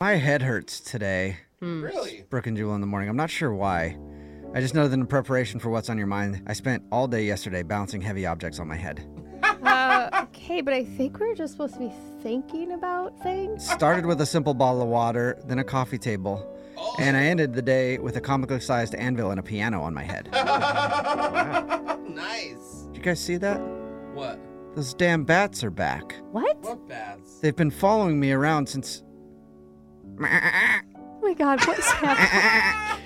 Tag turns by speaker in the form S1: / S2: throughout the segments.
S1: My head hurts today,
S2: Really?
S1: Brooke and Jewel in the morning. I'm not sure why. I just know that in preparation for what's on your mind, I spent all day yesterday bouncing heavy objects on my head.
S3: Uh, okay, but I think we're just supposed to be thinking about things.
S1: Started with a simple bottle of water, then a coffee table,
S2: Oh.
S1: and I ended the day with a comically sized anvil and a piano on my head.
S2: nice.
S1: Did you guys see that?
S2: What?
S1: Those damn bats are back.
S3: What?
S2: What bats?
S1: They've been following me around since.
S3: Oh my god, what's happening?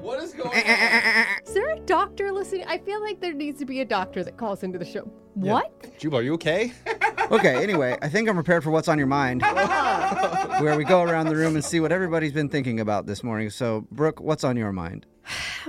S2: What is going
S3: Eh,
S2: on?
S3: Is there a doctor listening? I feel like there needs to be a doctor that calls into the show. What?
S4: Jubal, are you okay?
S1: Okay, anyway, I think I'm prepared for what's on your mind, where we go around the room and see what everybody's been thinking about this morning. So, Brooke, what's on your mind?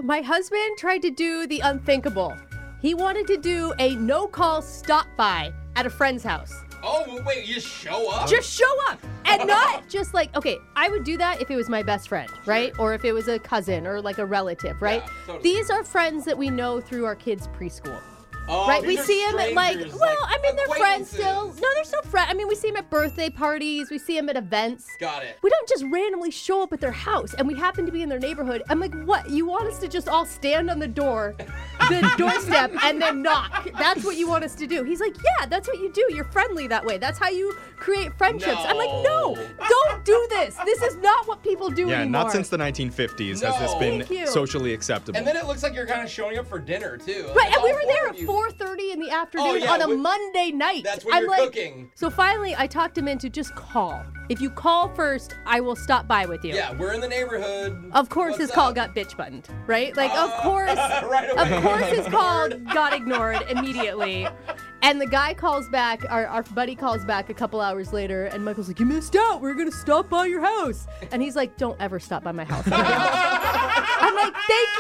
S3: My husband tried to do the unthinkable. He wanted to do a no call stop by at a friend's house.
S2: Oh, wait, you show up?
S3: Just show up and not just like, okay, I would do that if it was my best friend, right? Or if it was a cousin or like a relative, right?
S2: Yeah, totally.
S3: These are friends that we know through our kids' preschool.
S2: Oh,
S3: right? We
S2: these are
S3: see him at like,
S2: strangers,
S3: well, I mean, they're friends
S2: acquaintances.
S3: still. No, they're still friends. I mean, we see him at birthday parties, we see him at events.
S2: Got it.
S3: We don't just randomly show up at their house and we happen to be in their neighborhood. I'm like, what? You want us to just all stand on the door, the doorstep, and then knock? That's what you want us to do? He's like, yeah, that's what you do. You're friendly that way. That's how you create friendships. I'm like, no,
S2: No.
S3: don't do this. This is not what people do
S4: yeah,
S3: anymore.
S4: not since the 1950s has this
S2: No.
S4: been
S3: Thank you.
S4: socially acceptable.
S2: And then it looks like you're kind of showing up for dinner, too. Like,
S3: Right,
S2: it's
S3: and we
S2: all
S3: were
S2: four
S3: there
S2: of
S3: at
S2: you.
S3: 4:30 in the afternoon
S2: Oh, yeah,
S3: on a
S2: we-
S3: Monday night.
S2: That's when
S3: I'm
S2: you're
S3: like,
S2: cooking.
S3: So finally, I talked him into just call. If you call first, I will stop by with you.
S2: Yeah, we're in the neighborhood.
S3: Of course,
S2: What's
S3: his call
S2: up? Uh,
S3: got bitch buttoned, right? Like, of course,
S2: Right away.
S3: of course, his call got ignored immediately. And the guy calls back, our, our buddy calls back a couple hours later, and Michael's like, You missed out. We are going to stop by your house. And he's like, Don't ever stop by my house. I'm like, Thank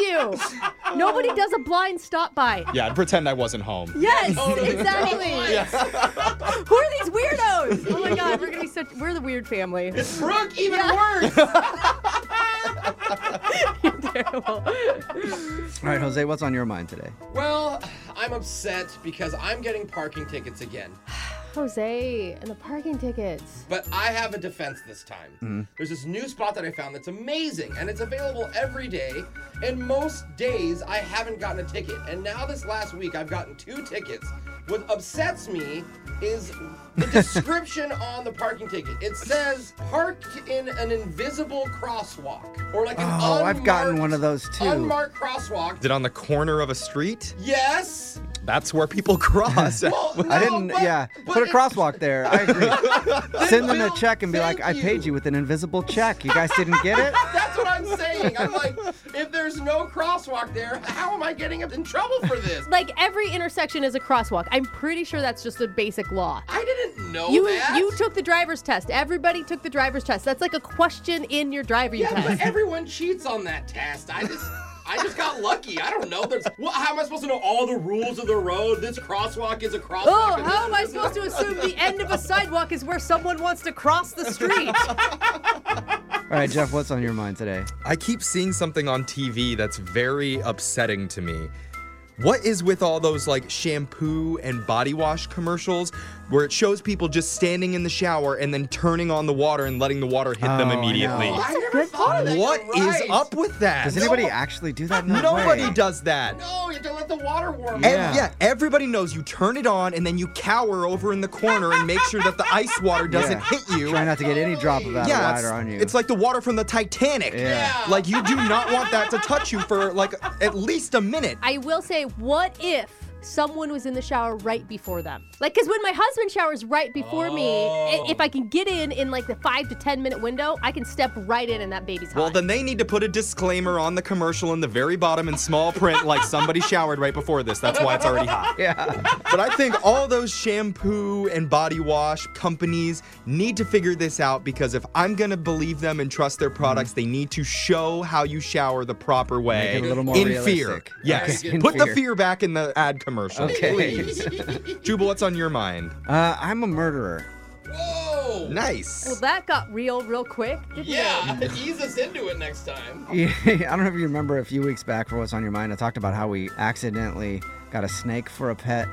S3: you. Nobody does a blind stop by.
S4: yeah, and pretend I wasn't home.
S3: Yes,
S2: Totally.
S3: exactly. Who are these weirdos? Oh my god, we're gonna be such we're the weird family.
S2: It's Brooke, even worse.
S1: All
S3: Terrible.
S1: right, Jose, what's on your mind today?
S2: Well, I'm upset because I'm getting parking tickets again.
S3: Jose and the parking tickets.
S2: But I have a defense this time.
S1: Mm-hmm.
S2: There's this new spot that I found that's amazing, and it's available every day. And most days, I haven't gotten a ticket. And now, this last week, I've gotten two tickets. What upsets me is the description on the parking ticket. It says parked in an invisible crosswalk, or like an
S1: Oh, I've gotten
S2: unmarked-
S1: one of those too.
S2: Unmarked crosswalk.
S4: Is it on the corner of a street?
S2: Yes.
S4: That's where people cross.
S2: Well,
S1: I
S2: no,
S1: didn't,
S2: but-
S1: yeah.
S2: but
S1: Put a
S2: it-
S1: crosswalk there. I agree. Send them a
S2: Bill,
S1: check and be like,
S2: thank
S1: I paid
S2: you.
S1: you with an invisible check. You guys didn't get it?
S2: That's what I'm saying. I'm like, if there's no crosswalk there, how am I getting in trouble for this?
S3: Like every intersection is a crosswalk. I'm pretty sure that's just a basic law.
S2: I didn't know
S3: You
S2: that.
S3: you took the driver's test. Everybody took the driver's test. That's like a question in your driver
S2: yeah,
S3: test.
S2: but everyone cheats on that test. I just. I just got lucky. I don't know. There's, what, how am I supposed to know all the rules of the road? This crosswalk is a crosswalk.
S3: Oh,
S2: and this
S3: how am I
S2: is-
S3: supposed to assume the end of a sidewalk is where someone wants to cross the street?
S1: All right, Jeff, what's on your mind today?
S4: I keep seeing something on TV that's very upsetting to me. What is with all those like shampoo and body wash commercials where it shows people just standing in the shower and then turning on the water and letting the water hit them
S1: Oh, I
S4: immediately?
S1: know.
S2: I never thought of that.
S4: What is
S2: You're right.
S4: up with that?
S1: Does anybody actually do that? No
S4: Nobody
S1: way.
S4: does that.
S2: No, you have to let the water warm
S1: Yeah.
S2: up.
S4: And yeah, everybody knows you turn it on and then you cower over in the corner and make sure that the ice water doesn't
S1: Yeah.
S4: hit you.
S1: Try not to get any drop of that
S4: yeah,
S1: water
S4: it's,
S1: on you.
S4: it's like the water from the Titanic.
S1: Yeah.
S4: Like you do not want that to touch you for like at least a minute.
S3: I will say, what if someone was in the shower right before them? Like, because when my husband showers right before me, i- if I can get in in like the five to 10 minute window, I can step right in and that baby's hot.
S4: Well, then they need to put a disclaimer on the commercial in the very bottom in small print, like somebody showered right before this. That's why it's already hot.
S1: yeah.
S4: But I think all those shampoo and body wash companies need to figure this out because if I'm going to believe them and trust their products, they need to show how you shower the proper way
S1: Mm-hmm. Make it a little more
S4: in fear.
S1: realistic.
S4: Yes.
S2: Okay. In
S4: Put
S1: fear.
S4: the fear back in the ad commercial,
S1: Okay.
S4: please. Jubal, what's on your mind?
S1: Uh, I'm a murderer.
S2: Whoa.
S3: Well,
S4: Nice.
S3: that got real, real quick, didn't
S2: Yeah. Ease us into it next time.
S1: Yeah, I don't know if you remember a few weeks back for what's on your mind. I talked about how we accidentally got a snake for a pet.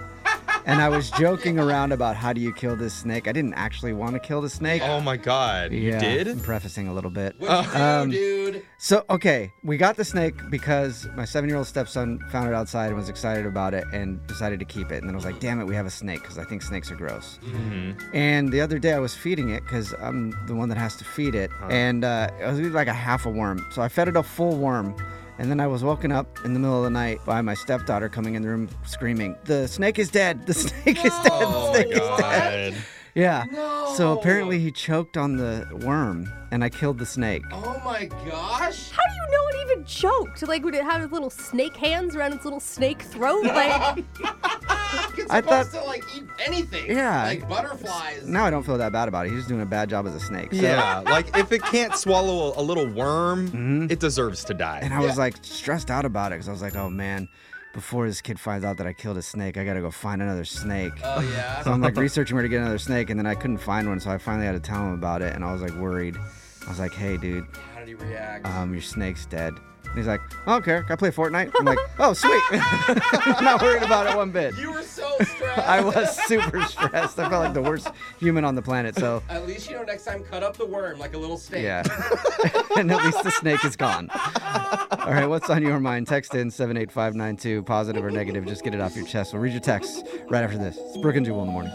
S1: and I was joking around about how do you kill this snake. I didn't actually want to kill the snake.
S4: Oh my god. You
S1: Yeah, I'm
S4: did?
S1: prefacing a little bit.
S4: Uh,
S2: What you do,
S4: um,
S2: dude?
S1: So okay, we got the snake because my seven-year-old stepson found it outside and was excited about it and decided to keep it. And then I was like, "Damn it, we have a snake," because I think snakes are gross. And the other day I was feeding it because I'm the one that has to feed it, and uh, it was like a half a worm. So I fed it a full worm. And then I was woken up in the middle of the night by my stepdaughter coming in the room screaming, "The snake is dead! The snake is dead! The
S4: Oh
S1: snake
S4: my
S1: is dead!"
S4: god.
S1: Yeah. So
S2: No.
S1: apparently he choked on the worm, and I killed the snake.
S2: Oh my gosh.
S3: How do you know it even choked? Like, would it have its little snake hands around its little snake throat? Like,
S2: It's
S1: I
S2: supposed
S1: thought-
S2: to like eat anything.
S1: Yeah.
S2: Like butterflies.
S1: Now I don't feel that bad about it. He's just doing a bad job as a snake. So-
S4: Yeah, like if it can't swallow a, a little worm,
S1: Mm-hmm.
S4: it deserves to
S1: And
S4: die.
S1: I was
S2: Yeah.
S1: like stressed out about it because I was like, oh man, before this kid finds out that I killed a snake, I gotta go find another snake.
S2: Oh yeah.
S1: so I'm like researching where to get another snake, and then I couldn't find one, so I finally had to tell him about it, and I was like worried. I was like, hey dude,
S2: How did he react?
S1: um, your snake's dead. And he's like, I don't care. Can I play Fortnite? I'm like, oh sweet. I'm not worried about it one bit.
S2: you were so stressed.
S1: I was super stressed. I felt like the worst human on the planet. So
S2: At least you know next time cut up the worm like a little snake.
S1: Yeah. and at least the snake is gone. All right, what's on your mind? Text in 78592, positive or negative. Just get it off your chest. We'll read your text right after this. It's Brooke and Jewel in the morning.